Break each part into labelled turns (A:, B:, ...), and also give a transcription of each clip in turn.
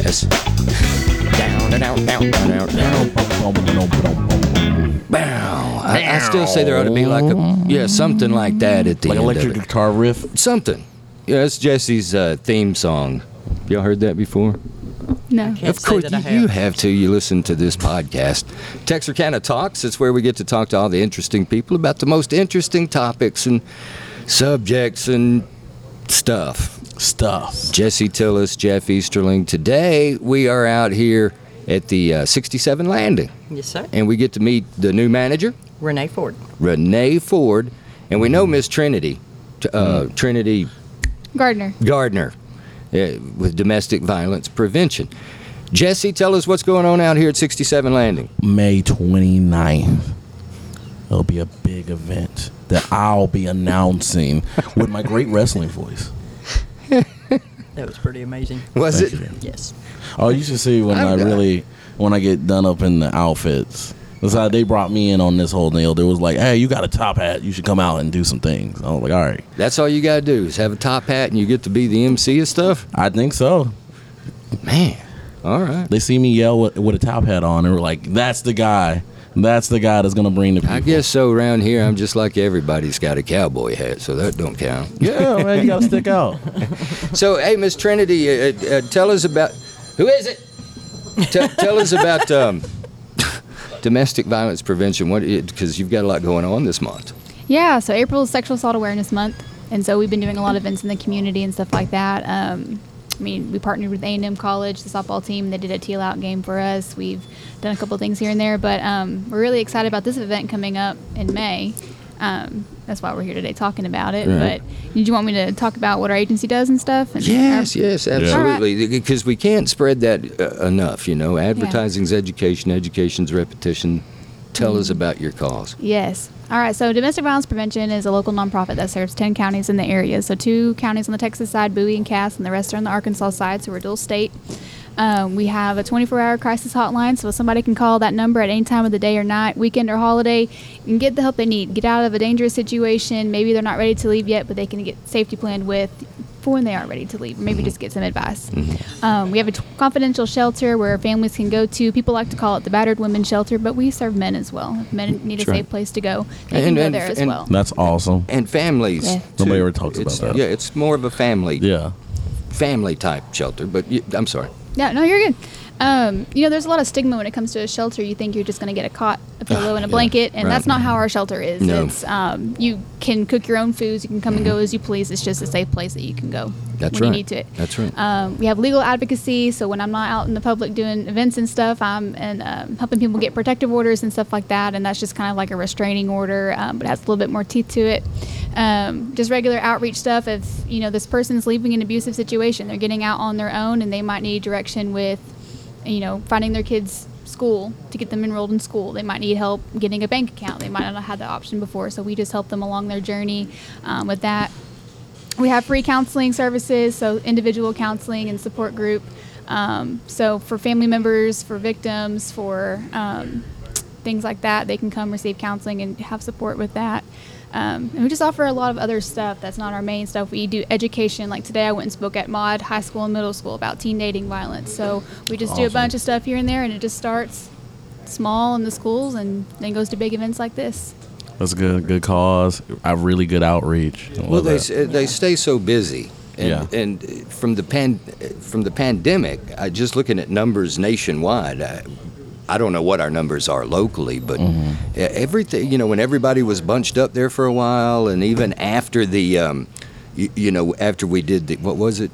A: Yes. Down and out, down, down, out, down. Bow. I, I still say there ought to be like a yeah something like that at the
B: Like
A: end
B: electric
A: of it.
B: guitar riff.
A: Something. Yeah, that's Jesse's uh, theme song. Y'all heard that before?
C: No.
D: Can't
A: of
D: say
A: course,
D: that
A: you,
D: I
A: you have to. You listen to this podcast, Texarkana Talks. It's where we get to talk to all the interesting people about the most interesting topics and subjects and stuff.
B: Stuff.
A: Jesse Tillis, Jeff Easterling. Today we are out here at the uh, 67 Landing,
D: Yes, sir.
A: and we get to meet the new manager,
D: Renee Ford.
A: Renee Ford, and we know
B: Mm-hmm.
A: Miss Trinity, t- uh, Trinity
C: Gardner.
A: Gardner uh, with domestic violence prevention. Jesse, tell us what's going on out here at 67 Landing.
B: May 29th. It'll be a big event that I'll be announcing with my great wrestling voice.
D: That was pretty amazing.
A: Was it?
B: Thank you, man.
D: Yes.
B: Oh, you should see when
A: I'm
B: i
A: done.
B: really when I get done up in the outfits. That's how they brought me in on this whole deal. They was like, "Hey, you got a top hat. You should come out and do some things." I was like, "All right,
A: That's all you got to do is have a top hat and you get to be the MC of stuff?
B: I think so."
A: Man. All right.
B: They see me yell with, with a top hat on, and were like, "That's the guy. That's the guy that's gonna bring the people."
A: I guess so. Around here, I'm just like everybody's got a cowboy hat, so that don't count.
B: Yeah, man, you gotta stick out.
A: So, hey, Miss Trinity, uh, uh, tell us about who is it? Tell, tell us about um, domestic violence prevention. What? Because you've got a lot going on this month.
C: Yeah, so April is Sexual Assault Awareness Month, and so we've been doing a lot of events in the community and stuff like that. Um, I mean, we partnered with A&M College, the softball team. They did a teal out game for us. We've done a couple things here and there, but um, we're really excited about this event coming up in May. Um, that's why we're here today talking about it.
A: Right.
C: But did you want me to talk about what our agency does and stuff? And
A: Yes,
C: our-
A: yes, absolutely. Because we can't spread that uh, enough, you know. Advertising's education, education's repetition. Tell us about your cause.
C: Yes. All right. So, Domestic Violence Prevention is a local nonprofit that serves 10 counties in the area. So, two counties on the Texas side, Bowie and Cass, and the rest are on the Arkansas side. So, we're dual state. Um, we have a 24 hour crisis hotline. So, somebody can call that number at any time of the day or night, weekend or holiday, and get the help they need. Get out of a dangerous situation. Maybe they're not ready to leave yet, but they can get safety planned with for when they are ready to leave. Maybe just get some advice.
A: Mm-hmm.
C: Um, we have a t- confidential shelter where families can go to. People like to call it the battered women's shelter, but we serve men as well. If men need a
A: Sure.
C: safe place to go, they
A: And-
C: can go
A: and-
C: there as
A: and-
C: well.
B: That's awesome.
A: And families.
C: Yeah.
B: Nobody
A: too.
B: ever talks
A: It's-
B: about that.
A: Yeah, it's more of a family,
B: Yeah,
A: family type shelter. But you, I'm sorry.
C: Yeah, no, you're good. Um, you know, there's a lot of stigma when it comes to a shelter. You think you're just going to get a cot, a pillow, and
A: Ah, yeah,
C: a blanket, and
A: right.
C: that's not how our shelter is.
A: No. Mm-hmm.
C: It's um, you can cook your own foods, you can come and go as you please. It's just a safe place that you can go
A: That's
C: when
A: right.
C: you need to it.
A: That's right.
C: Um, we have legal advocacy, so when I'm not out in the public doing events and stuff, I'm and um, helping people get protective orders and stuff like that, and that's just kind of like a restraining order, um, but it has a little bit more teeth to it. Um, just regular outreach stuff. If you know this person's leaving an abusive situation, they're getting out on their own, and they might need direction with, you know, finding their kids school to get them enrolled in school. They might need help getting a bank account. They might not have had that option before, so we just help them along their journey um, with that. We have free counseling services, so individual counseling and support group. Um, so for family members, for victims, for um, things like that, they can come receive counseling and have support with that. Um, and we just offer a lot of other stuff that's not our main stuff. We do education. Like today, I went and spoke at Mod High School and Middle School about teen dating violence. So we just do a
B: Awesome.
C: bunch of stuff here and there, and it just starts small in the schools and then goes to big events like this.
B: that's a good good cause. I have really good outreach. I
A: Well,
B: love
A: they s-
B: that.
A: uh, they stay so busy. And,
B: Yeah.
A: and uh, from the pan, uh, from the pandemic, I, just looking at numbers nationwide, I, I don't know what our numbers are locally, but
B: Mm-hmm.
A: e- everything you know, when everybody was bunched up there for a while, and even after the, um, you, you know, after we did the what was it?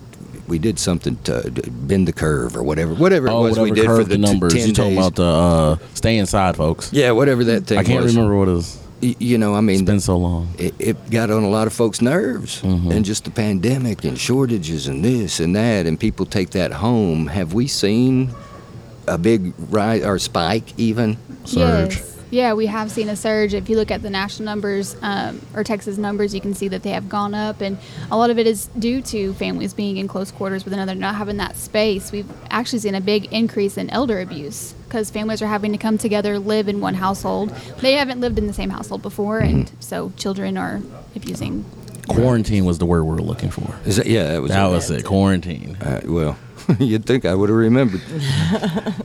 A: We did something to d- bend the curve or whatever, whatever
B: oh,
A: it was
B: whatever
A: we did for
B: curved
A: the,
B: the
A: t-
B: numbers.
A: 10
B: You talking
A: days.
B: about the uh, stay inside, folks?
A: yeah, whatever that thing
B: I can't
A: was.
B: remember what it was.
A: Y- You know, I mean,
B: It's been so long.
A: it, it got on a lot of folks' nerves and just the pandemic and shortages and this and that and people take that home have we seen a big rise or spike even
B: Surge.
C: Yes. Yeah, we have seen a surge. If you look at the national numbers um, or Texas numbers, you can see that they have gone up, and a lot of it is due to families being in close quarters with another, not having that space. We've actually seen a big increase in elder abuse because families are having to come together, live in one household. They haven't lived in the same household before, and so children are abusing.
B: Quarantine was the word we were looking for.
A: Is that, yeah that was
B: That was it. Quarantine.
A: uh, well You'd think I would have remembered.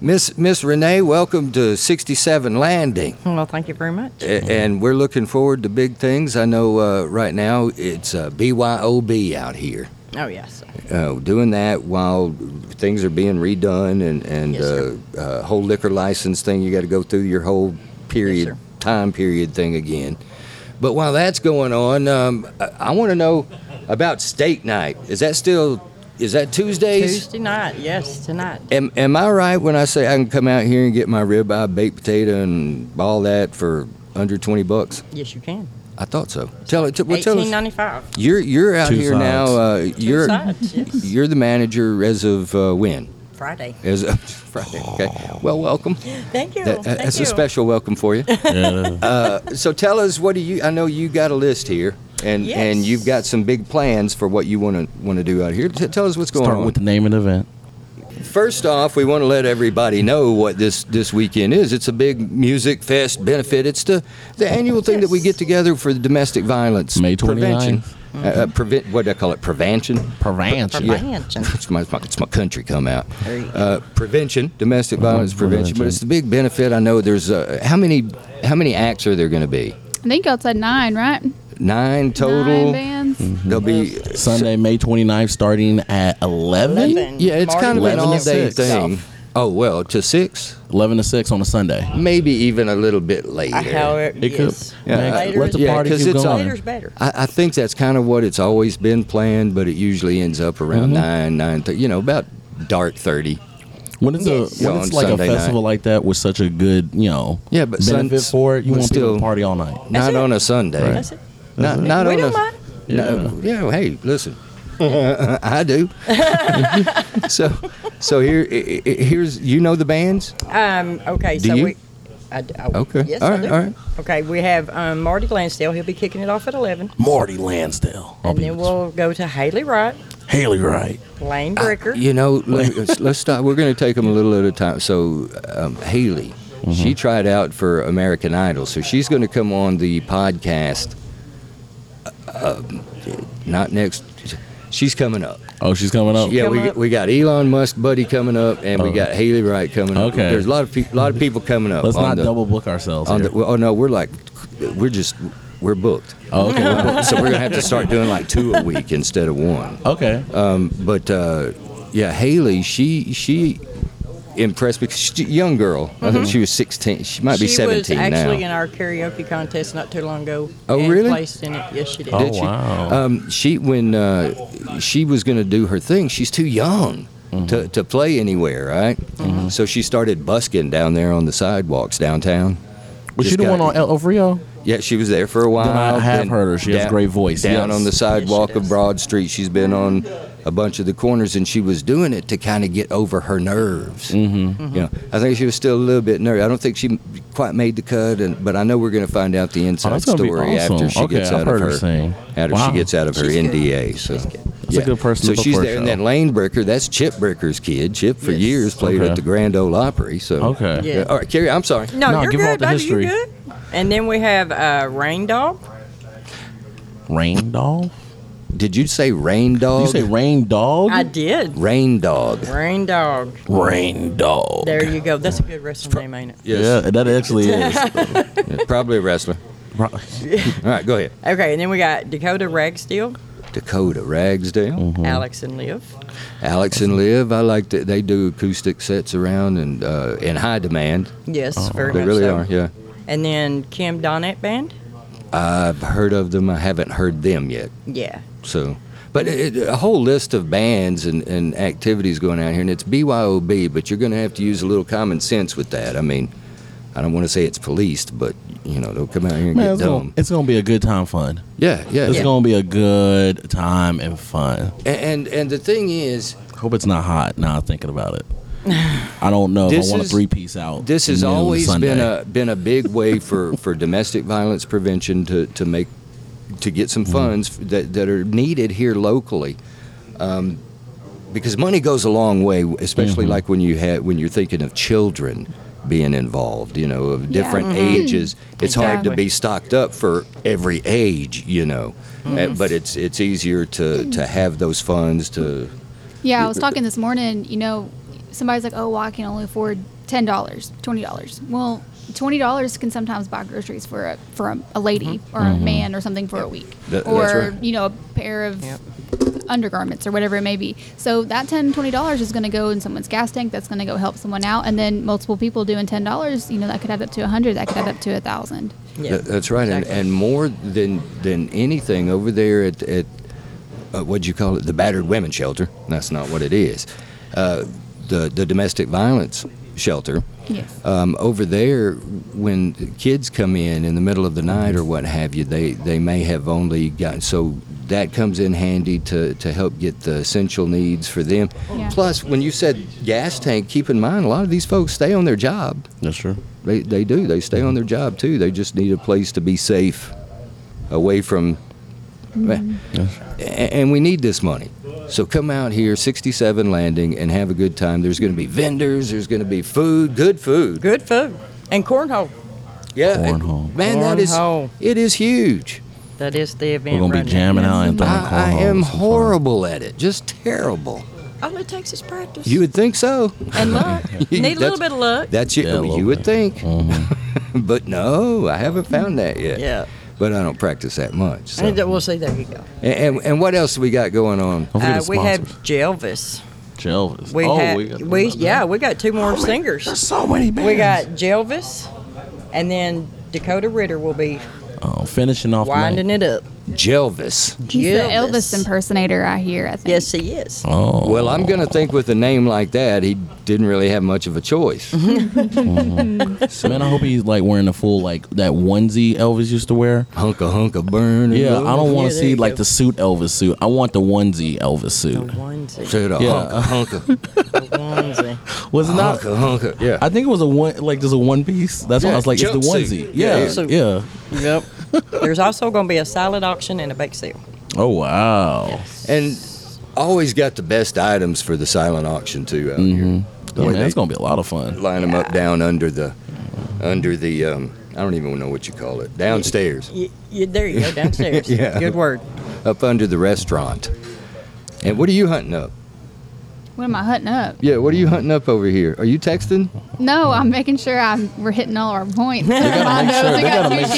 A: Miss Miss Renee, welcome to 67 Landing.
D: Well, thank you very much.
A: A- and we're looking forward to big things. I know uh, right now it's uh, BYOB out here.
D: Oh, yes.
A: Uh, doing that while things are being redone and and
D: Yes, sir.
A: uh, uh, whole liquor license thing, you got to go through your whole period
D: sir.
A: time period thing again. But while that's going on, um, I, I want to know about steak night. Is that still is that Tuesdays?
D: Tuesday night, yes, tonight.
A: Am, am I right when I say I can come out here and get my ribeye, baked potato, and all that for under twenty bucks?
D: Yes, you can.
A: I thought so. Tell it. Well, tell
D: Eighteen
A: us.
D: ninety-five.
A: You're you're out
B: Two
A: here
B: sides.
A: now. Uh, you're
D: sides, yes.
A: you're the manager as of uh, when?
D: Friday.
A: As of Friday.
B: Oh.
A: Okay. Well, welcome.
D: Thank you.
A: That, uh,
D: thank
A: that's
D: you.
A: a special welcome for you. Uh, so tell us what do you? I know you got a list here, and and
D: Yes.
A: you've got some big plans for what you want to want to do out here. T- tell us what's going
B: Start
A: on.
B: with the name of the event.
A: First off, we want to let everybody know what this, this weekend is. It's a big music fest benefit. It's the, the annual thing that we get together for the domestic violence
B: May
A: prevention.
B: 29th.
A: Uh, uh, prevent what do I call it? Prevention.
B: Prevention.
D: Yeah. Prevention.
A: it's, my, it's my- it's my country come out.
D: There you go.
A: Uh, prevention, domestic violence prevention. But it's the big benefit. I know there's uh, how many how many acts are there going to be?
C: I think y'all said nine, right?
A: Nine total.
C: Nine bands.
A: There'll be
B: Sunday, May 29th, starting at 11?
D: Eleven.
A: yeah. It's
D: Marty
A: kind of an
D: Levin
A: all
D: at
A: day
B: six.
A: thing. Oh well, to six.
B: 11 to 6 on a Sunday.
A: maybe even a little bit later.
D: I, however,
B: It could-
D: yes.
B: Yeah,
D: Later
B: let
D: is
B: the
A: yeah,
B: party
A: 'cause
B: keep
A: it's
B: going.
D: Later's better.
A: I, I think that's kind of what it's always been planned, but it usually ends up around nine, nine thirty. You know, about dark thirty.
B: When it's,
D: Yes.
B: a, when
A: Yeah,
B: it's
A: on
B: like
A: Sunday
B: a festival
A: night.
B: like that with such a good, you know,
A: Yeah, but sun-
B: benefit for it, you
A: but
B: want people
A: still-
B: to party all night.
A: Not
D: it.
A: on a Sunday.
D: That's it.
A: Not, not
D: We
A: on
D: don't
A: a.
D: mind.
A: No, yeah. Hey, listen. I do. so, so here, i- i- here's you know the bands.
D: Um, okay,
A: Do
D: so
A: you?
D: we. I d- oh,
A: Okay,
D: Yes,
A: all
D: I
A: right,
D: do.
A: all right.
D: Okay, we have um, Marty Lansdale. He'll be kicking it off at 11.
B: Marty Lansdale. I'll
D: and
B: be
D: then we'll go to Haley Wright,
B: Haley Wright.
D: Lane
A: Ah,
D: Bricker.
A: You know, let, us let's stop. We're going to take them a little at a time. So, um, Haley,
B: Mm-hmm.
A: she tried out for American Idol, so she's going to come on the podcast. Um, not next. She's coming up.
B: Oh, she's coming up.
A: yeah, we,
D: Coming up.
A: we got Elon Musk buddy coming up, and we got Haley Wright coming up.
B: Oh. Okay.
A: There's a lot of pe- lot of people coming up.
B: Let's
A: on
B: not
A: the-
B: double book ourselves.
A: On
B: here.
A: the, well, oh no, we're like, we're just we're booked.
B: Oh, okay.
A: We're booked. so we're gonna have to start doing like two a week instead of one.
B: okay.
A: Um, but uh, yeah, Haley, she she impressed because she's a young girl. I think she was 16. She might
D: Mm-hmm. she
A: be 17
D: was
A: now.
D: actually in our karaoke contest not too long ago.
A: Oh,
D: and
A: really?
D: Placed in it. Yes, she did.
B: Oh,
A: Did she?
B: wow.
A: Um, she when uh, she was going to do her thing, she's too young
B: Mm-hmm.
A: to, to play anywhere, right? So she started busking down there on the sidewalks downtown.
B: Was she
A: Just
B: the
A: got-
B: one on El of Rio?
A: Yeah, she was there for a while.
B: have heard her. She has a great voice,
A: Down
B: yes.
A: on the
B: Yes, she
A: sidewalk of
D: does.
A: Broad Street, she's been on a bunch of the corners, and she was doing it to kind of get over her nerves. Mm-hmm. You know, I think she was still a little bit nervous. I don't think she quite made the cut, and but I know we're going to find out the inside
B: Oh, that's gonna be
A: story after
B: awesome.
A: she
B: Okay,
A: gets
B: I've
A: out
B: heard
A: of
B: her
A: her,
B: sing.
A: after
B: Wow.
A: she gets out of her
D: She's good.
A: NDA. So.
D: She's good.
B: That's a good person
A: So
B: to look
A: she's
B: for a
A: there, and
B: show.
A: then Lane Bricker, that's Chip Bricker's kid. Chip for
D: Yes.
A: years played
B: Okay.
A: at the Grand Ole Opry. So
B: Okay.
D: Yeah.
A: all right, Carrie, I'm sorry.
D: No,
B: No,
D: you're
B: give
D: good,
B: her all the
D: baby.
B: history.
D: You're good. And then we have uh, Rain Dog.
B: Rain Doll?
A: Did you say Rain Dog?
B: You say Rain Dog?
A: Oh.
D: I did.
A: Rain Dog.
D: Rain Dog.
B: Rain Dog.
D: There you go. That's a good wrestling name, ain't it?
B: Yeah, that actually is.
A: Probably a wrestler.
B: Pro-
A: All right, go ahead.
D: Okay, and then we got Dakota Ragsteel,
A: Mm-hmm. Dakota Ragsdale,
D: Mm. Alex and Liv.
A: Alex and Liv. I like that they do acoustic sets around and uh, in high demand.
D: Yes, very
A: Oh, They
D: much
A: really
D: so.
A: are. Yeah,
D: And then Kim Donnet Band.
A: I've heard of them. I haven't heard them yet.
D: Yeah.
A: So, but it, it- a whole list of bands and, and activities going out here, and it's BYOB. But you're going to have to use a little common sense with that. I mean, I don't want to say it's policed, but you know, don't come out here and
B: Man,
A: get
B: it's
A: dumb.
B: gonna, it's gonna be a good time fun.
A: yeah, yeah.
B: It's
A: yeah.
B: gonna be a good time and fun.
A: and and the thing is,
B: Hope it's not hot. Now I'm thinking about it. I don't know if
A: This
B: I want a
A: is-
B: three piece out.
A: This has
B: noon
A: always
B: Sunday.
A: been a been a big way for, for domestic violence prevention to, to make to get some funds that, that are needed here locally, um, because money goes a long way, especially like when you had when you're thinking of children being involved, you know, of different ages. It's hard to
D: Exactly.
A: be stocked up for every age, you know, Uh, but it's it's easier to, to have those funds to
C: Yeah, I was talking this morning. You know, somebody's like, "Oh, well, I can only afford ten dollars, twenty dollars." Well, twenty dollars can sometimes buy groceries for a for a, a lady
A: Mm-hmm.
C: or a man or something for a week,
A: That- that's
C: or
A: right.
C: you know, a pair of
D: Yep.
C: undergarments or whatever it may be. So that ten, twenty dollars is going to go in someone's gas tank. That's going to go help someone out, and then multiple people doing ten dollars, you know, that could add up to a hundred. That could add up to a thousand.
D: Yeah.
A: Th- that's right,
D: exactly.
A: and, and more than than anything over there at, at uh, what'd you call it, the battered women shelter. That's not what it is. Uh, the the domestic violence shelter.
C: Yes.
A: Um, over there, when kids come in in the middle of the night or what have you, they, they may have only gotten so that comes in handy to, to help get the essential needs for them.
C: Yeah.
A: Plus, when you said gas tank, keep in mind a lot of these folks stay on their job.
B: That's true.
A: They, they do. They stay on their job too. They just need a place to be safe away from.
D: Mm-hmm.
A: eh, A- And we need this money. So come out here, 67 Landing, and have a good time. There's going to be vendors, there's going to be food, good food.
D: Good food and cornhole.
A: Yeah. and-
B: Cornhole.
A: Uh, Man, that is.
D: Cornhole.
A: It is huge.
D: That is the event.
B: We're gonna
D: right
B: be
D: now.
B: jamming out and throwing cornhole.
A: I, I am
B: It's fun.
A: horrible at it. Just terrible.
D: All Oh, it takes is practice.
A: You would think so.
D: and luck. You Need a little
A: That's-
D: bit of luck.
A: That's it.
B: Yeah, a little
A: you would
B: bit.
A: think.
B: Mm-hmm.
A: but no, I haven't found that yet.
D: Yeah.
A: But I don't practice that much. so.
D: And we'll see. There you go.
A: And, and, and what else we got going on?
B: Don't forget
D: Uh,
B: the
D: we have
B: sponsors.
D: Jelvis.
B: Jelvis.
D: We
B: oh,
D: have
B: we, got-
D: we yeah we got two more
B: There's
D: singers.
B: so many bands.
D: We got Jelvis, and then Dakota Ritter will be
B: Oh, finishing off. the night.
D: winding it up.
A: Jelvis.
C: He's the
D: Jelvis.
C: Elvis impersonator I hear. I think.
D: Yes, he is.
B: Oh.
A: Well, I'm going to think with a name like that, he didn't really have much of a choice.
B: Man, I hope he's like wearing the full like that onesie Elvis used to wear.
A: hunka hunka burn.
B: Yeah, I don't want
D: Yeah,
B: to
D: there
B: see
D: you
B: like
D: go.
B: the suit Elvis suit. I want the onesie Elvis
D: The
B: suit.
D: onesie.
A: Said a
B: Yeah.
A: hunka hunka.
D: The onesie.
B: Was it not?
A: hunka hunka. Yeah.
B: I think it was a one like just a one piece. That's why
A: Yeah,
B: I was like, it's the
A: jumpsuit.
B: onesie.
A: Yeah,
B: Yeah,
D: yeah.
B: yeah.
D: Yep. There's also going to be a salad auction and a bake sale.
B: Oh wow.
A: and always got the best items for the silent auction, too, out here. The
B: Mm-hmm. Yeah,
A: way
B: man,
A: they
B: it's gonna be a lot of fun.
A: line them up down under the, under the, um, I don't even know what you call it, downstairs,
D: You, you, there you go downstairs.
A: Yeah.
D: Good word.
A: up under the restaurant. And what are you hunting up?
C: What am I hunting up?
A: Yeah, what are you hunting up over here? Are you texting?
C: No, I'm making sure I'm, we're hitting all our points.
B: They gotta make sure. They gotta make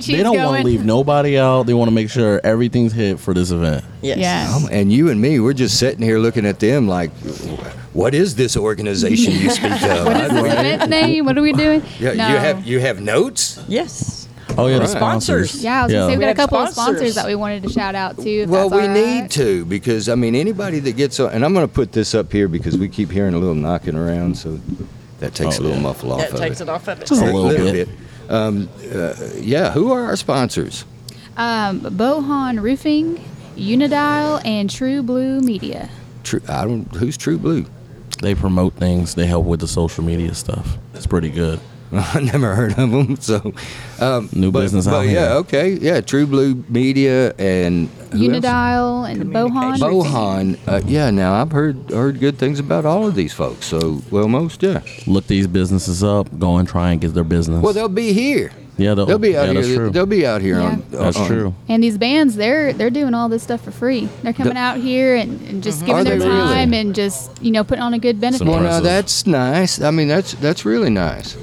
B: sure. They don't want to leave nobody out. They want to make sure everything's hit for this event.
D: Yes.
C: Yeah.
A: Um, and you and me, we're just sitting here looking at them like, what is this organization you speak of?
C: What is this event name? What are we doing?
A: yeah,
C: no.
A: you have you have notes.
D: Yes.
B: Oh yeah, the
A: Right.
B: sponsors.
C: Yeah, I was gonna say we
D: We
C: got a
D: have
C: couple of
D: sponsors.
C: sponsors that we wanted to shout out to. if
A: Well,
C: that's
A: we
C: all
A: need
C: right.
A: to because I mean anybody that gets on, and I'm going to put this up here because we keep hearing a little knocking around, so that takes a
B: Oh,
A: little
B: yeah.
A: muffle off
D: That
A: of
D: takes it
A: it.
D: off of it.
B: Just a little, bit.
A: Um, uh, yeah, who are our sponsors?
C: Um, Bohan Roofing, Unidile, and True Blue Media.
A: True, I don't. Who's True Blue?
B: They promote things. They help with the social media stuff. It's pretty good.
A: I never heard of them. So um,
B: New
A: but,
B: business
A: But
B: out
A: yeah,
B: here.
A: okay, yeah. True Blue Media and who else?
C: Unidile and Bohan.
D: Communication.
C: Roofing.
A: Bohan, uh, yeah. Now I've heard heard good things about all of these folks. So well, most yeah.
B: Look these businesses up. Go and try and get their business.
A: Well, they'll be here.
B: yeah, they'll,
A: They'll be out
B: yeah,
A: here.
B: That's true.
A: They'll uh-uh. be out here. On,
B: that's
A: on-
B: true.
C: And these bands, they're they're doing all this stuff for free. They're coming out here and, and
D: Mm-hmm.
C: just
A: Are
C: giving their
A: they really?
C: time and just you know putting on a good benefit.
A: Well, now
B: Impressive.
A: that's nice. I mean, that's that's really nice.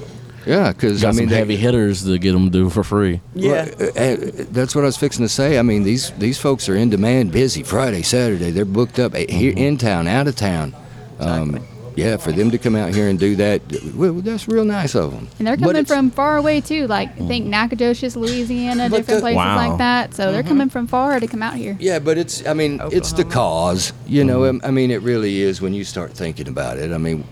A: Yeah, because
B: Got
A: I mean,
B: some
A: they-
B: heavy hitters to get them to do for free.
D: Yeah.
A: Well, uh, uh, that's what I was fixing to say. I mean, these these folks are in demand, busy Friday, Saturday. They're booked up uh, here
B: Mm-hmm.
A: in town, out of town. Um, yeah, for them to come out here and do that, well, that's real nice of them.
C: And they're coming from far away too, like I think Nacogdoches, Louisiana,
A: Mm. But
C: different
A: the- Mm-hmm.
C: places
B: Wow.
C: like that. So they're coming from far to come out here.
A: Yeah, but it's, I mean, it's the cause. You know,
B: Mm-hmm.
A: I- I mean, it really is when you start thinking about it. I mean,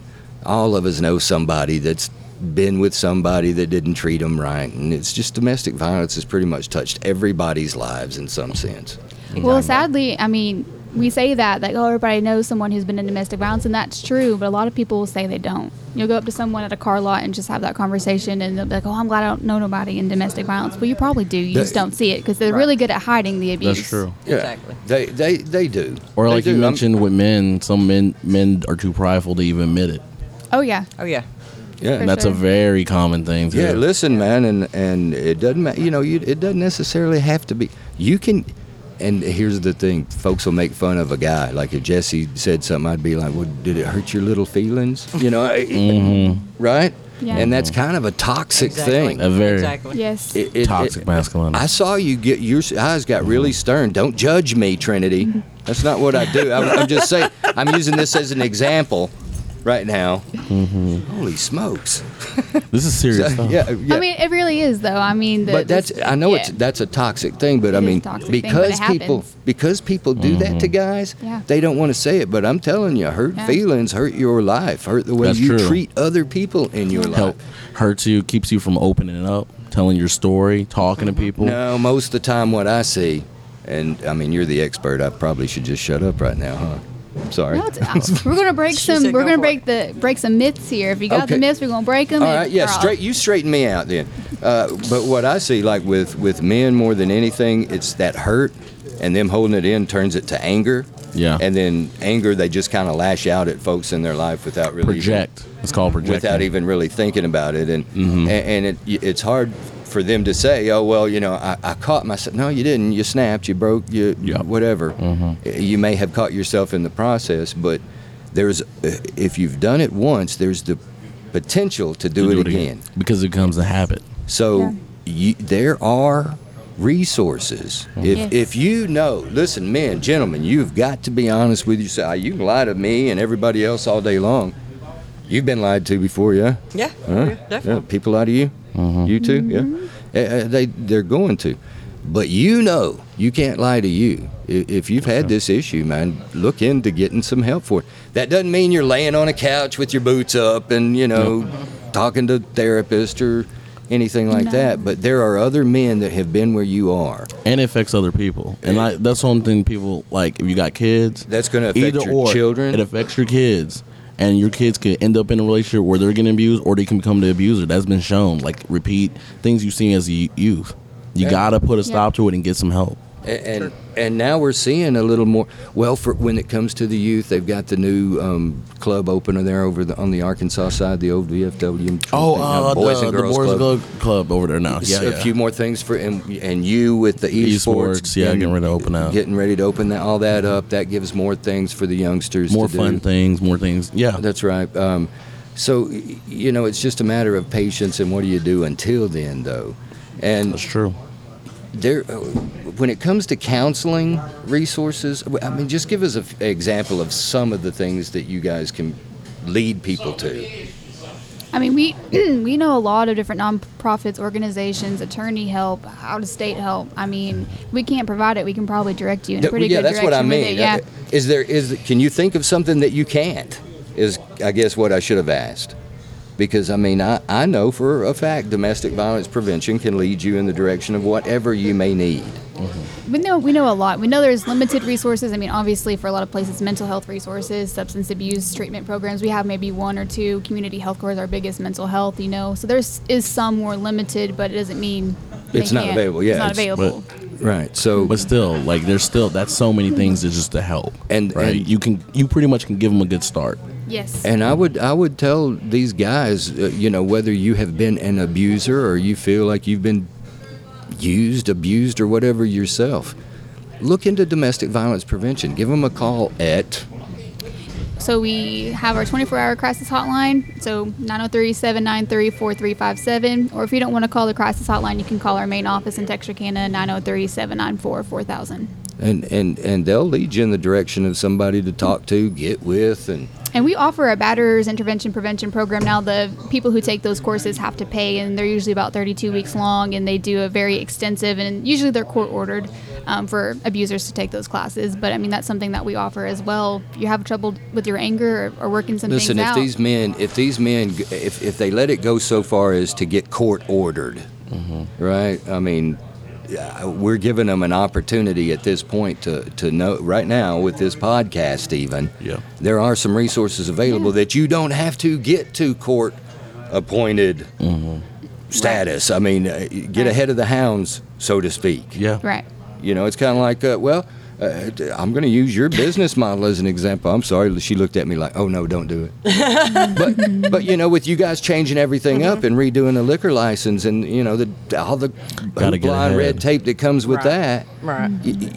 A: all of us know somebody that's been with somebody that didn't treat them right. And it's just domestic violence has pretty much touched everybody's lives in some sense.
C: Well, sadly, I mean, we say that like oh everybody knows someone who's been in domestic violence, and that's true. But a lot of people will say they don't. You'll go up to someone at a car lot and just have that conversation, and they'll be like, "Oh, I'm glad I don't know nobody in domestic violence." Well, you probably do. You
A: That-
C: just don't see it because they're really good at hiding the abuse.
B: That's true.
A: Yeah,
D: Exactly.
A: They, they, they do.
B: Or
A: They
B: like you
A: do. I'm-
B: mentioned with men, some men men are too prideful to even admit it.
C: Oh yeah,
D: Oh yeah.
A: yeah.
B: And that's a
C: sure.
B: very common thing. Too.
A: Yeah, listen, man, and and it doesn't matter. You know, you, it doesn't necessarily have to be. You can and here's the thing folks will make fun of a guy like if jesse said something i'd be like well did it hurt your little feelings you know I- right
C: Yeah.
A: and that's kind of a toxic
D: Exactly.
A: thing
B: A very-
D: exactly.
C: Yes.
A: It- it-
B: Toxic
A: it-
B: masculinity.
A: i saw you get your eyes got really stern don't judge me trinity that's not what i do i'm, I'm just saying i'm using this as an example right now holy smokes
B: This is serious. stuff.
A: yeah, yeah.
C: I mean, it really is though. I mean, the,
A: but that's
C: this-
A: I know
C: yeah.
A: it's that's a toxic thing, but I
C: It is
A: mean
C: a toxic thing, but it
A: because people
C: happens.
A: because people do that
B: Mm-hmm.
A: to guys,
C: Yeah.
A: they don't want to say it. But I'm telling you, hurt
C: Yeah.
A: feelings hurt your life, hurt the way
B: That's
A: you
B: true.
A: treat other people in your life.
B: Help hurts you, keeps you from opening up, telling your story, talking to
A: Mm-hmm.
B: people.
A: No, most of the time what I see, and I mean you're the expert. I probably should just shut up right now, huh? I'm sorry.
C: No, it's- we're gonna break
D: She
C: some.
D: said
C: We're
D: go
C: gonna
D: for
C: break the break some myths here. If you got the
A: Okay.
C: myths, we're gonna break them.
A: All right, yeah, straight. You straighten me out then. Uh, but what I see, like with with men more than anything, it's that hurt, and them holding it in turns it to anger.
B: Yeah.
A: And then anger, they just kind of lash out at folks in their life without really
B: Project. It's called projecting.
A: without even really thinking about it, and a- and, it, it's hard for them to say, oh well, you know, I, I caught myself. No, you didn't. You snapped. You broke. You
B: Yeah.
A: whatever. You may have caught yourself in the process, but there's uh, if you've done it once, there's the potential to do, it, again.
B: Because it becomes a habit.
A: So
C: Yeah.
A: you, there are resources. If
C: Yes.
A: if you know, listen, men, gentlemen, you've got to be honest with yourself. You can lie to me and everybody else all day long. You've been lied to before, yeah?
D: Yeah,
A: Huh?
D: yeah,
A: Yeah,
D: definitely. Mm-hmm.
A: people lie to you.
B: Mm-hmm.
A: You too, yeah. Eh, eh, They they're going to, but you know you can't lie to you. I- If you've had this issue, man, look into getting some help for it. That doesn't mean you're laying on a couch with your boots up and you know talking to therapist or anything like
C: No.
A: that. But there are other men that have been where you are.
B: And it affects other people. And like that's one thing people like if you got kids.
A: That's gonna affect
B: either
A: your
B: or,
A: children.
B: It affects your kids. And your kids could end up in a relationship where they're getting abused or they can become the abuser. That's been shown. Like repeat things you've seen as a y- youth. You
A: Yeah.
B: gotta put a
C: Yeah.
B: stop to it and get some help.
A: and and, and now we're seeing a little more. Well, for when it comes to the youth, they've got the new um, club opener there over the, on the Arkansas side, the old VFW. thing,
B: Oh, uh,
A: uh, boys
B: the,
A: and
B: the
A: girls
B: Boys
A: club.
B: and Girls Club over there now. Yeah,
A: a
B: yeah.
A: few more things for and, and you with the esports,
B: Esports, yeah,
A: and
B: getting ready to open up.
A: getting ready to open that all that up. That gives more things for the youngsters.
B: more
A: to do.
B: fun things, more things. Yeah,
A: That's right. Um, so y- you know, it's just a matter of patience and what do you do until then, though. And
B: that's true.
A: there, uh, when it comes to counseling resources, w- I mean, just give us an example of some of the things that you guys can lead people to.
C: I mean, we we know a lot of different nonprofits, organizations, attorney help, out of state help. I mean, we can't provide it. We can probably direct you in a
A: Th-
C: pretty
A: yeah,
C: good
A: that's
C: direction.
A: what I
C: with it,
A: mean.
C: Yeah.
A: Uh, Is there is can you think of something that you can't? Is I guess what I should have asked. Because I mean, I, I know for a fact domestic violence prevention can lead you in the direction of whatever you may need.
C: We know we know a lot. We know there's limited resources. I mean, obviously, for a lot of places, mental health resources, substance abuse treatment programs. We have maybe one or two. Community health core is our biggest mental health. You know, so there's is some more limited, but it doesn't mean they
A: It's not
C: can't.
A: available, yeah,
C: it's not
A: it's-
C: available.
A: Right. So
B: But still, like there's still that's so many things that's just to help.
A: And-
B: right,
A: and-
B: you can you pretty much can give them a good start.
C: yes.
A: And I would I would tell these guys, uh, you know, whether you have been an abuser or you feel like you've been used, abused, or whatever yourself, look into domestic violence prevention. Give them a call at
C: So we have our 24-hour crisis hotline, so 903-793-4357. Or if you don't want to call the crisis hotline, you can call our main office in Texarkana, 903-794-4000.
A: and and and they'll lead you in the direction of somebody to talk to, get with, and
C: And we offer a batterers intervention prevention program. Now, the people who take those courses have to pay, and they're usually about 32 weeks long, and they do a very extensive, and usually they're court ordered um, for abusers to take those classes. But I mean, that's something that we offer as well. If you have trouble with your anger or, or working some
A: listen.
C: things
A: If
C: out.
A: these men, if these men, g- if if they let it go so far as to get court ordered,
B: Mm-hmm.
A: right? I mean. yeah, We're giving them an opportunity at this point to, to know right now with this podcast, even.
B: Yeah.
A: there are some resources available
C: Yeah.
A: that you don't have to get to court appointed
B: Mm-hmm.
A: status. I mean, uh, get
C: Right.
A: ahead of the hounds, so to speak.
B: Yeah,
C: right.
A: You know, it's kind of like, uh, well, uh, d- I'm going to use your business model as an example. I'm sorry. She looked at me like, oh, no, don't do it. but, but, you know, with you guys changing everything up
D: Mm-hmm.
A: and redoing the liquor license and, you know, the, all the
B: Gotta get
A: hoopla and red
B: ahead.
A: tape that comes with
D: Right.
A: that,
D: Right.
A: y- y-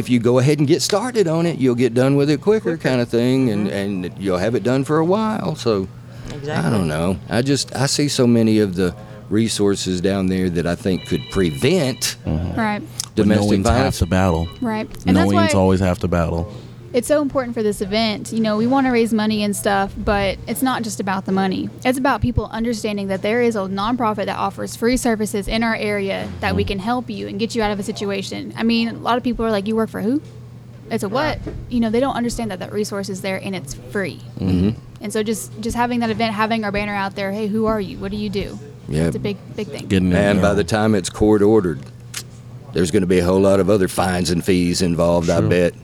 A: if you go ahead and get started on it, you'll get done with it quicker, kind of thing, and, and you'll have it done for a while. So I
D: Mm-hmm. Exactly.
A: don't know. I just I see so many of the resources down there that I think could prevent
B: Mm-hmm.
C: Right.
B: But
A: domestic
B: knowing's half
A: violence.
B: the battle.
C: Right. And that's
B: Knowing's
C: why
B: always half the battle.
C: it's so important for this event. You know, we want to raise money and stuff, but it's not just about the money. It's about people understanding that there is a nonprofit that offers free services in our area that we
A: Mm.
C: can help you and get you out of a situation. I mean, a lot of people are like, "You work for who?" It's a what? You know, they don't understand that that resource is there and it's free. Mm-hmm. And so, just just having that event, having our banner out there, hey, who are you? What do you do?
A: Yeah.
C: it's a big big thing.
B: Getting it
A: And by
B: done.
A: the time it's court ordered, there's going to be a whole lot of other fines and fees involved. I bet.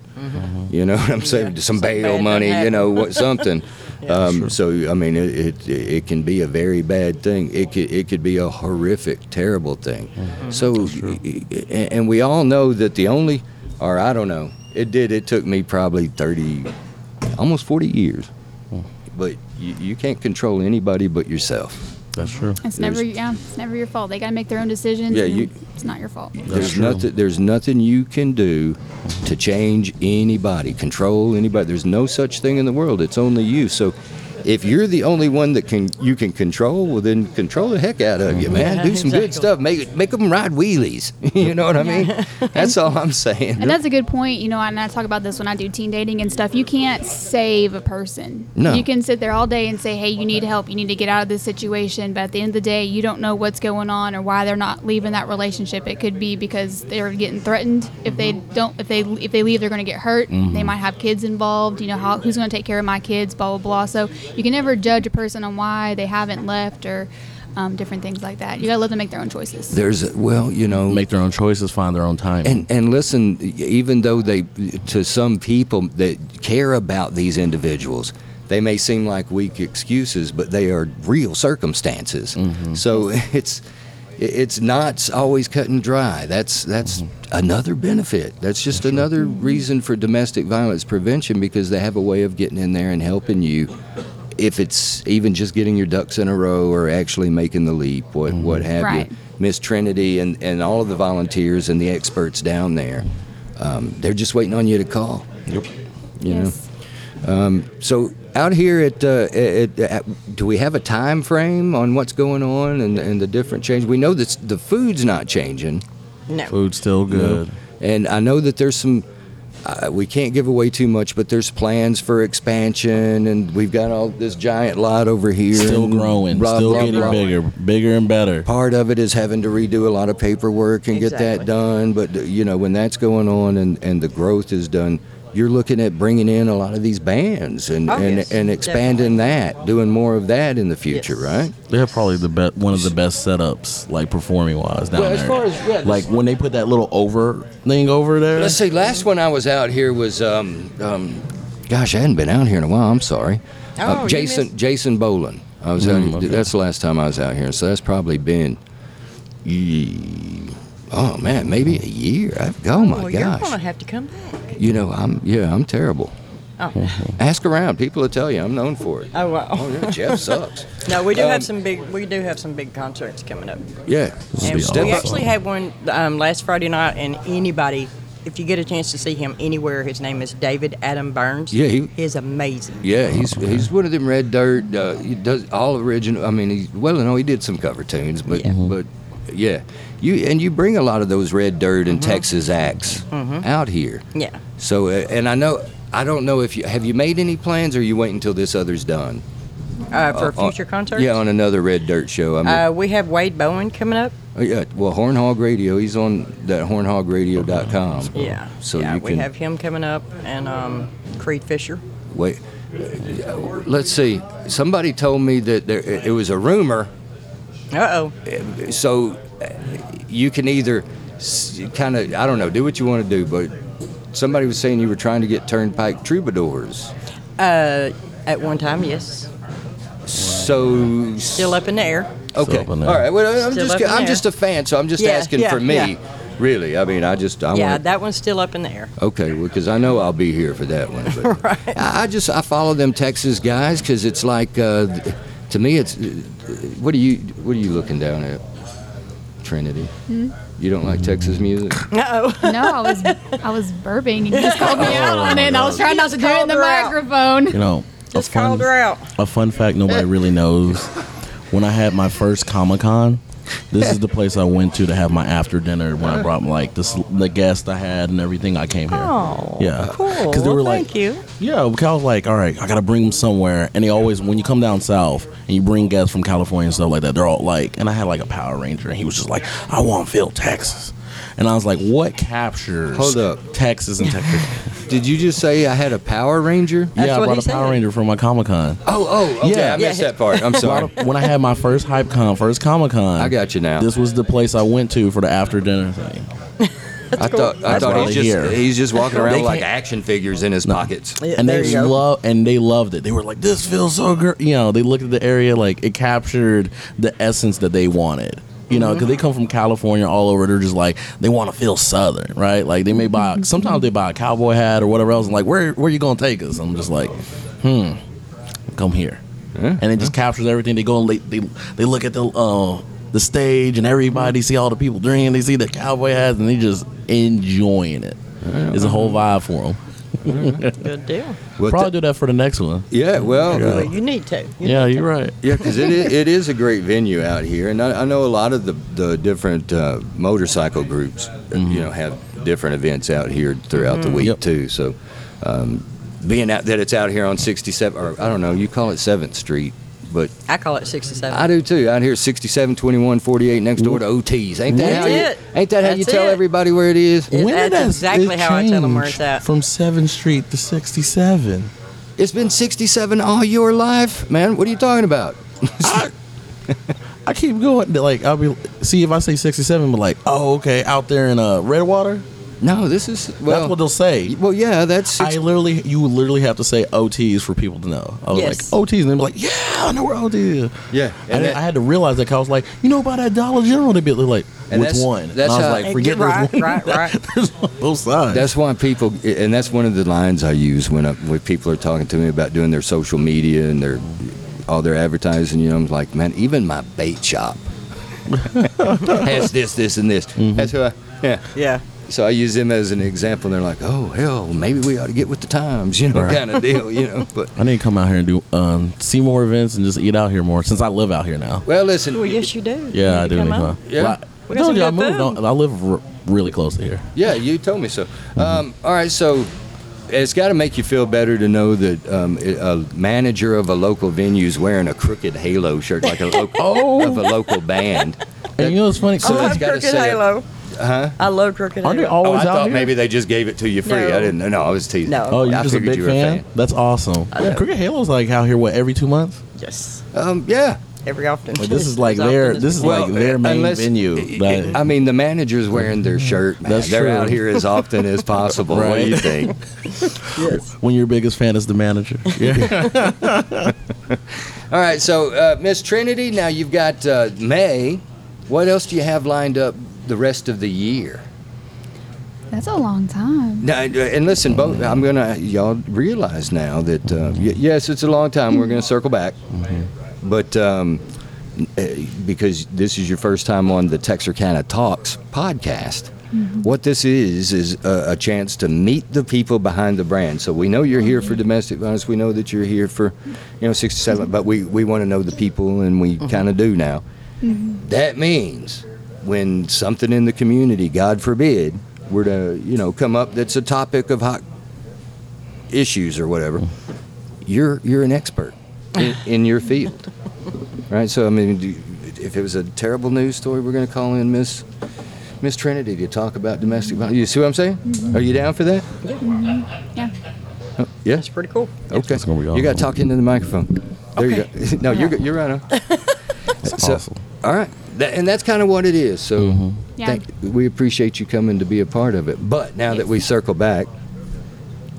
A: You know what I'm saying? Some bail
D: bad
A: money.
D: thing
A: You know what? Something. um, So I mean, it, it it can be a very bad thing. It could it could be a horrific, terrible thing.
C: Mm-hmm.
A: So, a- a- and we all know that the only, or I don't know, it did. It took me probably 30, almost 40 years. But you, you can't control anybody but yourself.
B: That's true.
C: It's
A: There's-
C: never yeah, it's never your fault. They gotta make their own decisions.
A: Yeah,
C: and
A: you-
C: it's not your fault.
A: There's
B: true.
A: nothing. There's nothing you can do to change anybody, control anybody. There's no such thing in the world. It's only you. So, if you're the only one that can you can control, well then control the heck out of you, man.
D: Yeah,
A: do some
D: exactly.
A: good stuff. Make make them ride wheelies. you know what I mean? That's all I'm saying.
C: And that's a good point, you know, and I talk about this when I do teen dating and stuff. You can't save a person.
A: No.
C: You can sit there all day and say, Hey, you need help, you need to get out of this situation, but at the end of the day you don't know what's going on or why they're not leaving that relationship. It could be because they're getting threatened. If they don't if they if they leave they're gonna get hurt.
A: Mm-hmm.
C: They might have kids involved, you know, how who's gonna take care of my kids, blah blah blah. So you can never judge a person on why they haven't left or um, different things like that. You gotta let them make their own choices.
A: There's well, you know,
B: Make their own choices, find their own time.
A: And and listen, even though they to some people that care about these individuals, they may seem like weak excuses, but they are real circumstances. So it's it's not always cut and dry. That's that's another benefit. That's just another reason for domestic violence prevention because they have a way of getting in there and helping you. If it's even just getting your ducks in a row or actually making the leap, what what have
C: Right.
A: you. Miss Trinity and, and all of the volunteers and the experts down there. Um, they're just waiting on you to call. Yep. You know?
C: yes.
A: So out here at, uh, at, at do we have a time frame on what's going on and, and the different change? We know that the food's not changing,
D: No.
A: Oh,
B: Food's still good.
A: and I know that there's some. Uh, we can't give away too much, but there's plans for expansion, and we've got all this giant lot over here.
B: Still
A: and
B: growing.
A: blah,
B: still
A: blah,
B: getting
A: blah.
B: bigger. Bigger and better.
A: part of it is having to redo a lot of paperwork and get that
D: Exactly.
A: done but uh, you know when that's going on and, and the growth is done you're looking at bringing in a lot of these bands and,
D: Oh,
A: and,
D: yes,
A: and expanding that doing more of that in the future
D: Yes.
A: right
B: They have probably the best, one of the best setups, like performing wise down
A: Well, as
B: there.
A: far as- yeah,
B: like when they put that little over thing over there.
A: let's see last one i was out here was um, um, gosh i hadn't been out here in a while i'm sorry Uh,
D: Oh, you
A: jason
D: missed-
A: jason bolin i was out, that's the last time i was out here so that's probably been ye- oh man maybe a year I, oh my
D: well, you're
A: gosh
D: going to have to come back.
A: You know, I'm yeah, I'm terrible.
D: Oh,
A: Ask around. People will tell you I'm known for it.
D: oh wow.
A: Oh yeah, Jeff sucks.
D: No, we do
A: Um,
D: have some big. We do have some big concerts coming up.
A: Yeah.
B: This will
D: And
B: be
A: Step
D: we
A: up.
D: actually had one um, last Friday night, and anybody, if you get a chance to see him anywhere, his name is David Adam Burns.
A: Yeah, he-
D: is amazing.
A: Yeah, he's he's one of them red dirt. Uh, he does all original. I mean, he's well, no, he did some cover tunes, but but yeah, you and you bring a lot of those red dirt and Texas acts out here.
D: Mm-hmm. Yeah.
A: So uh, and I know I don't know if you have you made any plans or you wait until this other's done
D: Uh, for
A: On-
D: future concerts.
A: Yeah, on another red dirt show. I mean,
D: Uh, we have Wade Bowen coming up.
A: Oh, yeah, well, Horn Hog Radio. He's on that hornhogradio.com.
D: Yeah.
A: Oh, So
D: yeah,
A: you
D: we
A: can
D: have him coming up, and um, Creed Fisher.
A: wait. Let's see. Somebody told me that there, it was a rumor.
D: Uh oh.
A: So uh, you can either kind of I don't know do what you want to do, but somebody was saying you were trying to get Turnpike Troubadours.
D: Uh, at one time, yes.
A: So
D: Still up in the air.
A: Okay.
B: up in
A: All
B: there.
A: right. Well, I'm
D: Still
A: just
D: up in
A: I'm
D: there.
A: just a fan, so I'm just
D: Yeah,
A: asking
D: yeah,
A: for me.
D: yeah.
A: Really, I mean, I just I
D: yeah,
A: want.
D: that one's still up in the air.
A: Okay, well, because I know I'll be here for that one. But I, I just I follow them Texas guys because it's like uh, th- to me it's uh, what are you what are you looking down at Trinity?
D: Hmm?
A: You don't like Texas music?
D: Uh oh.
C: No, I was I was burping and you just called me out on it. And I was trying not to do it in the
D: Called her out.
C: microphone.
B: You know,
D: Just
B: a fun,
D: called her out.
B: A fun fact nobody really knows. When I had my first Comic Con, this is the place I went to to have my after dinner when I brought like this the guest I had and everything. I came here.
A: Uh,
D: Oh,
B: yeah,
D: cool.
B: they
D: Well,
B: were
D: thank
B: like,
D: you.
B: Yeah, because I was like, all right, I gotta bring them somewhere. And they always, when you come down south and you bring guests from California and stuff like that, they're all like, and I had like a Power Ranger, and he was just like, I want Phil Texas. And I was like, what captures
A: Hold up.
B: Texas and Texas?
A: Did you just say I had a Power Ranger?
B: yeah, I
D: what
B: brought
D: he
B: a Power
D: said.
B: Ranger from my Comic Con.
A: Oh, oh, okay,
B: Yeah.
A: I missed
D: Yeah.
A: that part. I'm sorry.
B: when I had my first hype con, first comic con,
A: I got you now.
B: This was the place I went to for the after dinner thing.
A: I thought I
B: That's
A: thought
B: why
A: he's
B: I'm
A: just
B: here.
A: he's just walking
B: They
A: around like
B: can't-
A: action figures in his pockets.
D: Yeah,
B: and
D: there
B: they
D: you go.
B: love and they loved it. They were like, "This feels so good." You know, they looked at the area like it captured the essence that they wanted. You know,
D: Mm-hmm.
B: because they come from California all over. They're just like they want to feel southern, right? Like they may buy
D: Mm-hmm.
B: sometimes they buy a cowboy hat or whatever else. And like, where where you gonna take us? I'm just like, hmm, come here. And it just captures everything. They go and they they, they look at the uh, the stage and
D: Mm-hmm.
B: everybody see all the people drinking. They see the cowboy hats and they just enjoying it. It's a whole vibe for them.
D: Good deal.
A: Well,
B: Probably
A: th-
B: do that for the next one.
A: yeah, well,
D: Well, you need to. You
B: Yeah, you're right.
A: Yeah, because it, i- it is a great venue out here, and I, I know a lot of the the different uh, motorcycle groups, uh, you know, have different events out here throughout the week
B: Yep.
A: too. So, um, being out that it's out here on 67, or I don't know, you call it Seventh Street, but
D: I call it 67.
A: I do too. Out here, 67, 21, 48, next door to OT's. Ain't that how
D: That's
A: you?
D: it.
A: Ain't that how you
D: That's
A: tell
D: it.
A: everybody where it is?
D: It- that's exactly how I tell 'em where it's
B: changed
D: at.
B: From 7th Street to 67.
A: It's been 67 all your life, man. What are you talking about?
B: I keep going. Like I'll be see if I say 67, but like, oh okay, out there in uh, Redwater.
A: No, this is well.
B: That's what they'll say.
A: well, yeah, that's.
B: I
A: 60,
B: literally, you literally have to say OTs for people to know. I was
D: Yes.
B: like OTs, and they're like, yeah, I know where OTs. Is.
A: Yeah,
B: I,
A: and
B: didn't-
A: that-
B: I had to realize that 'cause I was like, you know, by that Dollar General, they be they're like,
A: And
B: which
A: that's-
B: one?
A: that's
B: and I was
A: how-
B: like, forget there's
D: right,
B: one.
D: right, right.
B: There's one on both sides.
A: That's why people, and that's one of the lines I use when I, when people are talking to me about doing their social media and their all their advertising. You know, I'm like, man, even my bait shop has this, this, and this.
D: Mm-hmm.
A: That's who I, yeah.
D: Yeah.
A: So I use them as an example. And they're like, oh hell, maybe we ought to get with the times, you know,
B: Right.
A: kind of deal, you know. But
B: I need to come out here and do um, see more events and just eat out here more since I live out here now.
A: well, listen,
D: Well, yes, you do.
B: Yeah, I
D: You
B: do need
D: come
B: to
D: out.
B: come out.
A: Yeah.
B: Well, I,
D: We got
B: told
D: some
B: you I
D: good
B: moved.
D: food.
B: on- I live r- really close to here.
A: Yeah, you told me so. Um, all right, so it's got to make you feel better to know that um, i- a manager of a local venue is wearing a crooked halo shirt, like a local
D: Oh.
A: of a local band. That-
B: And you know what's funny?
A: So
D: I
A: it's
D: love
A: gotta
D: Crooked
A: say it.
D: Halo. Huh? I love Crooked
B: Aren't they
D: Halo.
A: oh,
B: always
A: I
B: out
A: thought
B: here?
A: maybe they just gave it to you free. I
D: No.
A: didn't know. No, I was teasing.
D: No.
B: Oh,
A: I
B: you're just a
A: figured
B: big
A: you were
B: fan? That's awesome. Yeah, Cricket Halo's like out here what every two months.
D: yes.
A: Um, yeah.
D: Every often.
B: But this is like
D: As often
B: their
D: as
B: this is like their main
A: unless-
B: venue. That-
A: I mean, the manager's wearing their shirt. Man.
B: That's
A: They're
B: true.
A: out here as often as possible. What do you
B: Right.
A: think?
B: when your biggest fan is the manager. Yeah.
A: All right, so uh, Miss Trinity, now you've got uh, May. What else do you have lined up the rest of the year?
C: That's a long time.
A: Now, and- and listen, both, I'm gonna y'all realize now that uh, y- yes, it's a long time. We're gonna circle back, but um, eh, because this is your first time on the Texarkana Talks podcast, what this is is a, a chance to meet the people behind the brand. So we know you're here for domestic violence. We know that you're here for, you know, 67. But we we want to know the people, and we kind of do now. That means when something in the community, God forbid, were to, you know, come up that's a topic of hot issues or whatever, you're you're an expert in, in your field. Right? So I mean, do, if it was a terrible news story, we're going to call in Miss Miss Trinity to talk about domestic violence. You see what I'm saying?
B: Mm-hmm.
A: Are you down for that?
C: Yeah.
A: Yes.
D: That's pretty cool.
A: Okay.
B: gonna be
A: You got
B: awesome.
A: to talk into the microphone. There you go. no, you're good. you're right on.
B: That's
A: So-
B: awesome.
A: All right. That, and that's kind of what it is. So
C: Yeah.
B: Mm-hmm.
A: thank, we appreciate you coming to be a part of it. But now that we circle back,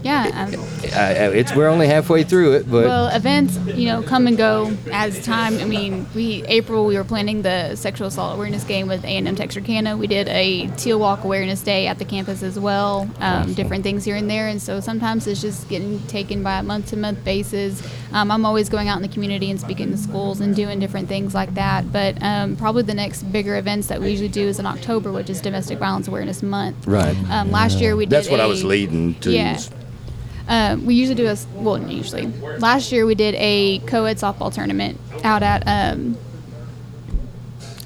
C: Yeah. um,
A: I, I- it's we're only halfway through it, but
C: well, events, you know, come and go as time. I mean, we April we were planning the sexual assault awareness game with A and M Texarkana. We did a Teal Walk Awareness Day at the campus as well. Um, different things here and there, and so sometimes it's just getting taken by a month to month basis. Um, I'm always going out in the community and speaking to schools and doing different things like that. But um, probably the next bigger events that we usually do is in October, which is Domestic Violence Awareness Month.
A: Right.
C: Um, last year we did.
A: that's what I
C: a-
A: was leading to.
C: Yeah. Um, we usually do a s- well, not usually. Last year we did a co-ed softball tournament out at um,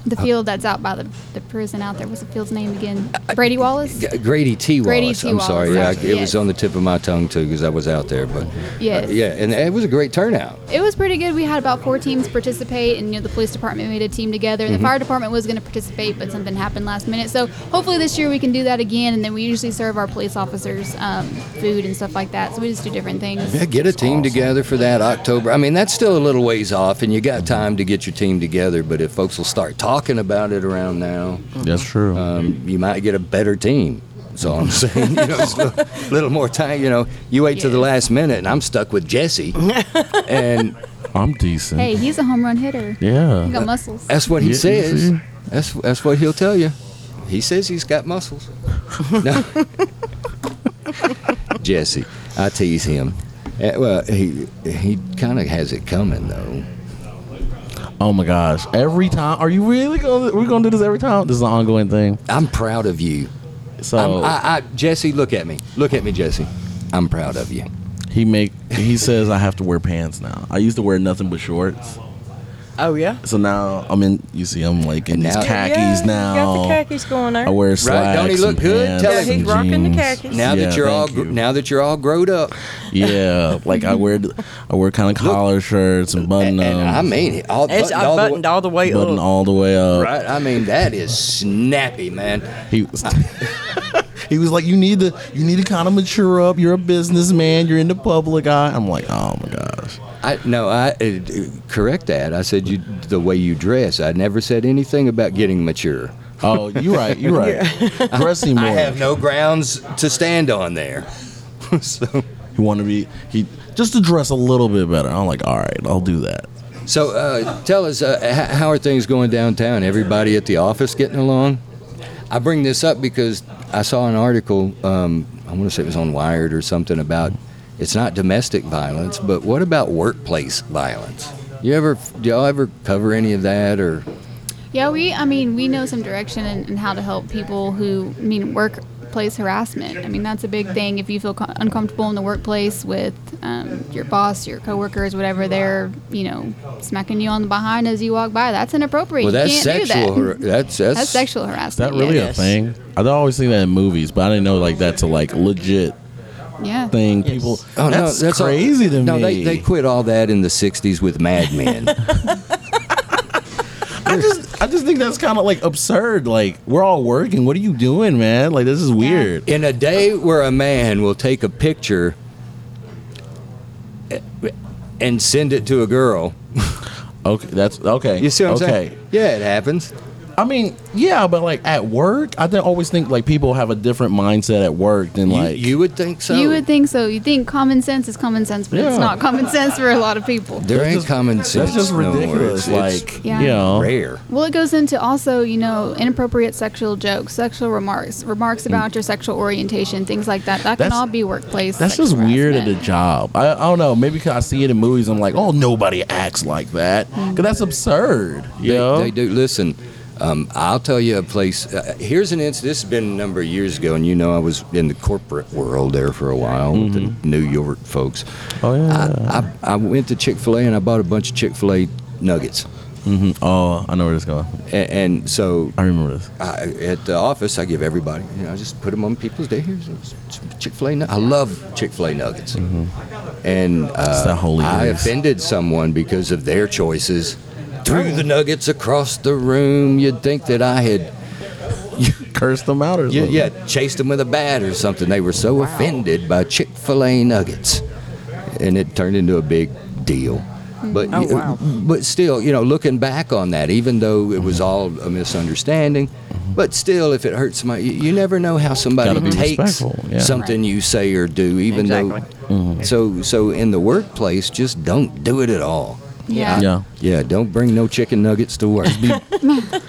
C: the
A: Uh,
C: field that's out by the, the prison out there. What's the field's name again? Brady Wallace.
A: G- Grady T.
C: Grady
A: Wallace.
C: T.
A: I'm
C: Wallace,
A: sorry, yeah, I- it
C: yes.
A: was on the tip of my tongue too because I was out there, but uh,
C: Yes.
A: yeah, and it was a great turnout.
C: It was pretty good. We had about four teams participate, and you know the police department made a team together.
A: Mm-hmm.
C: The fire department was going to participate, but something happened last minute. So hopefully this year we can do that again. And then we usually serve our police officers um, food and stuff like that. So we just do different things.
A: Yeah, get a team together for that October. I mean, that's still a little ways off, and you got time to get your team together. But if folks will start talking about it around now,
B: That's true.
A: um, you might get a better team. That's all I'm saying. You know, it's a little, little more time. You know, you wait till the
C: Yes.
A: last minute, and I'm stuck with Jesse, and
B: I'm decent.
C: Hey, he's a home run hitter. He
B: Yeah.
C: got muscles.
A: that's what he
B: Yeah, you
A: says.
B: see?
A: That's that's what he'll tell you. He says he's got muscles. No. Jesse, I tease him. Uh, well, he he kind of has it coming though.
B: Oh my gosh. Every time. Are you really going to we're going to do this every time? This is an ongoing thing.
A: I'm proud of you.
B: So Oh.
A: I'm, I, I, Jesse, look at me. Look at me, Jesse. I'm proud of you.
B: he make he says I have to wear pants now. I used to wear nothing but shorts.
D: Oh yeah.
B: So now I'm in you see I'm like in
A: And
B: these
A: now-
B: khakis
D: yeah,
B: now.
D: You got the khakis going there.
B: I wear slacks.
A: Don't he
B: and
A: look good?
B: pants
A: Tell
D: yeah,
A: him.
B: and
D: he's rocking the
B: jeans.
D: khakis.
A: Now
B: Yeah,
A: that you're all
B: thank
A: gr-
B: you.
A: now that you're all grown up,
B: Yeah, like I wear I wear kind of collar shirts and button
A: and
B: ups,
A: I mean it, all,
D: It's
A: buttoned
D: I
A: all the
D: buttoned
A: way-
D: all the way up.
B: button all the way up.
A: right? I mean that is snappy, man.
B: He was, he was like, you need to you need to kind of mature up. You're a businessman. You're in the public eye. I'm like, oh my gosh.
A: I no, I uh, correct that. I said you the way you dress. I never said anything about getting mature.
B: Oh, you're right. You're right. Dressing more.
A: I have no grounds to stand on there. so,
B: He wanted to be he just to dress a little bit better. I'm like, all right, I'll do that.
A: so uh, tell us uh, h- how are things going downtown? Everybody at the office getting along? I bring this up because I saw an article. Um, I want to say it was on Wired or something about it's not domestic violence, but what about workplace violence? You ever do y'all ever cover any of that or
C: Yeah, we. I mean, we know some direction and, and how to help people who I mean workplace harassment. I mean, that's a big thing. If you feel co- uncomfortable in the workplace with um, your boss, your coworkers, whatever, they're you know smacking you on the behind as you walk by. That's inappropriate.
A: well that's
C: you can't
A: sexual
C: Do
A: har-
C: that.
A: that's that's,
C: that's sexual
B: Is
C: harassment.
B: that really
C: yes.
B: a thing? I always seen that in movies, but I didn't know like that's a like legit
C: Yeah.
B: thing. People,
A: Oh
B: that's,
A: no, that's all-
B: crazy to
A: no,
B: me.
A: they, they quit all that in the '60s with Mad Men.
B: I just I just think that's kind of like absurd. Like we're all working. What are you doing, man? Like this is weird.
A: in a day where a man will take a picture and send it to a girl,
B: Okay, that's okay.
A: you see what I'm
B: okay.
A: saying? Yeah, it happens.
B: I mean, yeah, but like at work, I th- always think like people have a different mindset at work than
A: You-
B: like
A: you, would think so.
C: you would think so. You think common sense is common sense, but
B: Yeah.
C: it's not common sense for a lot of people.
A: there
B: That's
A: ain't
B: just-
A: common sense.
B: That's just
A: no more.
B: ridiculous.
A: It's-
B: like,
A: it's
C: Yeah.
B: you know,
A: rare.
C: Well, it goes into also, you know, inappropriate sexual jokes, sexual remarks, remarks about your sexual orientation, things like that. That can
B: Mm. That's-
C: all be workplace.
B: that's
C: sexual
B: just weird at a
C: harassment.
B: job. I, I don't know. Maybe because I see it in movies, I'm like, oh, nobody acts like that. Because that's absurd.
A: Mm.
B: You
A: They-
B: know?
A: They, do. Listen, um, I'll tell you a place. Uh, here's an instance. This has been a number of years ago, and you know I was in the corporate world there for a while with
B: Mm-hmm.
A: the New York folks.
B: Oh,
A: I, Uh, I, I went to Chick Fil A and I bought a bunch of Chick Fil A nuggets,
B: oh, I know where this is going.
A: and, and so
B: I remember this.
A: I, at the office I give everybody. You know, I just put them on people's day. Here's Chick Fil A. I love Chick Fil A nuggets, and uh,
B: the holy
A: I
B: grace.
A: offended someone because of their choices. Threw the nuggets across the room. You'd think that I had
B: Curse them out or
A: Yeah,
B: something.
A: yeah, chased them with a bat or something. They were so offended by Chick Fil A nuggets, and it turned into a big deal.
B: Hmm.
A: But
D: Oh, wow.
A: but still, you know, looking back on that, even though it was all a misunderstanding, But still, if it hurts my, you, you never know how somebody
B: Mm-hmm. Gotta be
A: takes
B: respectful, yeah. Mm-hmm.
A: something you say or do, even though.
D: Exactly.
A: So, so in the workplace, just don't do it at all.
C: Yeah.
B: Yeah.
A: Yeah, don't bring no chicken nuggets to work. That's
B: Just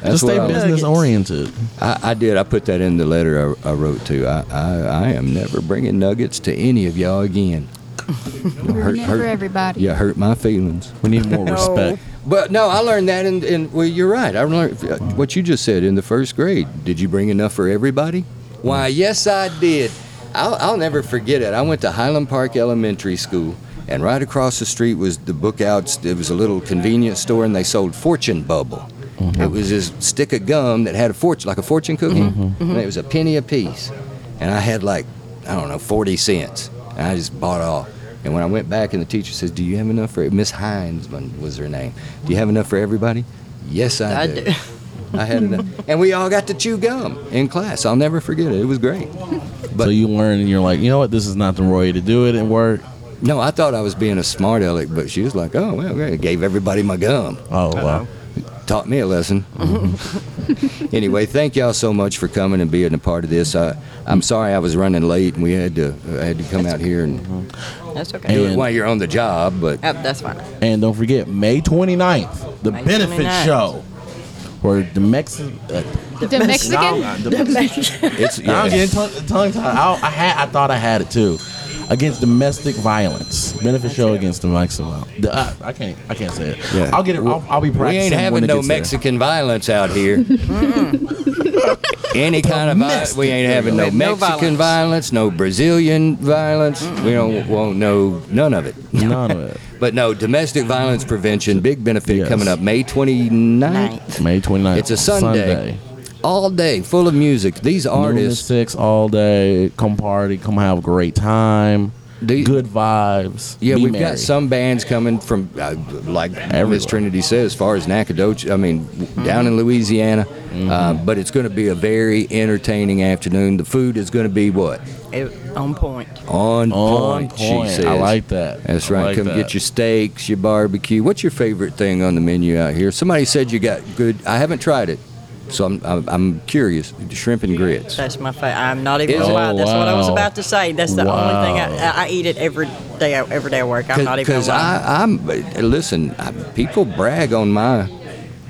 A: what
B: stay
A: I,
B: business oriented.
A: I, I did. I put that in the letter I, I wrote to. I, I, I am never bringing nuggets to any of y'all again. Hurt,
C: Ruining it for everybody.
A: Yeah, hurt my feelings.
B: We need more respect.
A: But no, I learned that, and in, well, you're right. I learned uh, what you just said in the first grade. Did you bring enough for everybody? Why, yes, I did. I'll, I'll never forget it. I went to Highland Park Elementary School, and right across the street was the Bookouts. It was a little convenience store, and they sold Fortune Bubble. It was this stick of gum that had a fortune, like a fortune cookie, and it was a penny a piece. And I had like, I don't know, 40 cents. And I just bought it all. And when I went back, and the teacher says, "Do you have enough for Miss Heinzman was her name? Do you have enough for everybody?" Yes, I,
D: I
A: do.
D: do.
A: I had enough, and we all got to chew gum in class. I'll never forget it. It was great. But
B: so you learn and you're like, you know what? This is not the way to do it and work.
A: no, I thought I was being a smart aleck, but she was like, "Oh well, great." Gave everybody my gum.
B: Oh, wow.
A: taught me a lesson. anyway, thank y'all so much for coming and being a part of this. I, I'm sorry I was running late, and we had to I had to come out here and
D: That's okay.
A: do it
B: And-
A: while you're on the job. But
D: Oh, that's fine.
B: And don't forget, May 29th, the
D: May
B: benefit
D: 29th.
B: show. Where the Mexican, uh,
C: The Mexican.
B: Nah, the-
A: it's
B: Now I'm
A: yeah.
B: getting tongue, tongue tied. I, I had, I thought I had it too. Against domestic violence, benefit show against domestic violence. The- I, I can't, I can't say it.
A: Yeah.
B: I'll get it. I'll, I'll be
A: We
B: practicing.
A: ain't having
B: when it
A: no
B: gets there.
A: Mexican violence out here. Any kind of violence. We ain't having no
D: No
A: Mexican
D: violence.
A: violence, no Brazilian violence. We don't want no none of it.
B: None of it.
A: But no, domestic violence prevention, big benefit
B: Yes.
A: coming up May 29th.
D: Ninth.
B: May 29th.
A: It's a Sunday.
B: Sunday.
A: All day, full of music. These
B: Noon to
A: artists,
B: six all day. Come party. Come have a great time.
A: Do-
B: Good vibes.
A: yeah,
B: Be
A: we've
B: merry.
A: got some bands coming from, uh, like Miss
B: Everywhere.
A: Trinity said, as far as Nacogdoches, I mean, down in Louisiana.
B: Mm-hmm.
A: Uh, but it's going to be a very entertaining afternoon. The food is going to be what?
D: It- on point.
A: On,
B: On
A: point,
B: point.
A: she says.
B: I like that.
A: That's
B: I
A: right.
B: like
A: Come
B: that.
A: get your steaks, your barbecue. What's your favorite thing on the menu out here? Somebody said you got good. I haven't tried it, so I'm, I'm, I'm curious. Shrimp and grits.
D: That's my favorite. I'm not even
A: Is
D: gonna
A: it?
D: lie. That's what I was
B: Oh, wow.
D: about to say. That's the only thing
B: Wow.
D: I, I, I eat it every day. Every day at work. I'm not even.
A: Because
D: gonna lie.
A: I, I'm uh, listen. I, people brag on my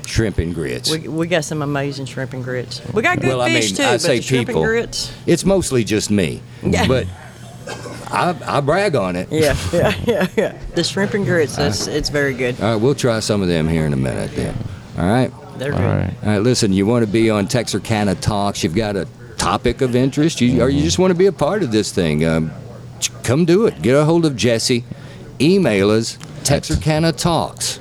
A: shrimp and grits.
D: We, we got some amazing shrimp and grits. We got good
A: Well, I
D: fish
A: mean,
D: too,
A: I
D: but
A: say
D: the shrimp
A: people.
D: and grits.
A: It's mostly just me,
D: Yeah.
A: but I, I brag on it.
D: Yeah, yeah, yeah, yeah. The shrimp and grits. That's, it's very good.
A: All right, we'll try some of them here in a minute then. All right.
D: They're
B: All
D: good.
B: right.
A: All right, listen, you want to be on Texarkana Talks, you've got a topic of interest, you, or you just want to be a part of this thing, um, ch- come do it. Get a hold of Jesse. Email us, Texarkana Talks.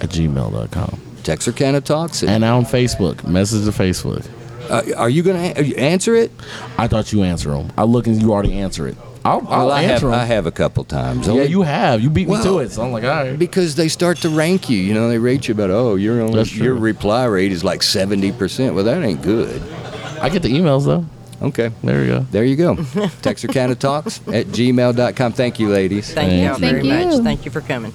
B: At gmail.com.
A: Texarkana Talks.
B: And on Facebook. Message to Facebook.
A: Uh, are you going to answer it?
B: I thought you answer them. I look and you already answer it. I'll, I'll
A: Well, I have,
B: answer
A: I
B: 'em.
A: have a couple times.
B: yeah,
A: Only
B: you have. You beat me
A: Well,
B: to it. So I'm like, all right.
A: because they start to rank you. You know, they rate you about oh, your only,
B: That's true.
A: your reply rate is like seventy percent. Well, that ain't good.
B: I get the emails though.
A: Okay,
B: There we go.
A: there you go. Texarkana Talks at gmail.com. Thank you, ladies.
D: Thank
B: Thank
D: you all
B: you.
D: very
C: Thank you.
D: much. Thank you for coming.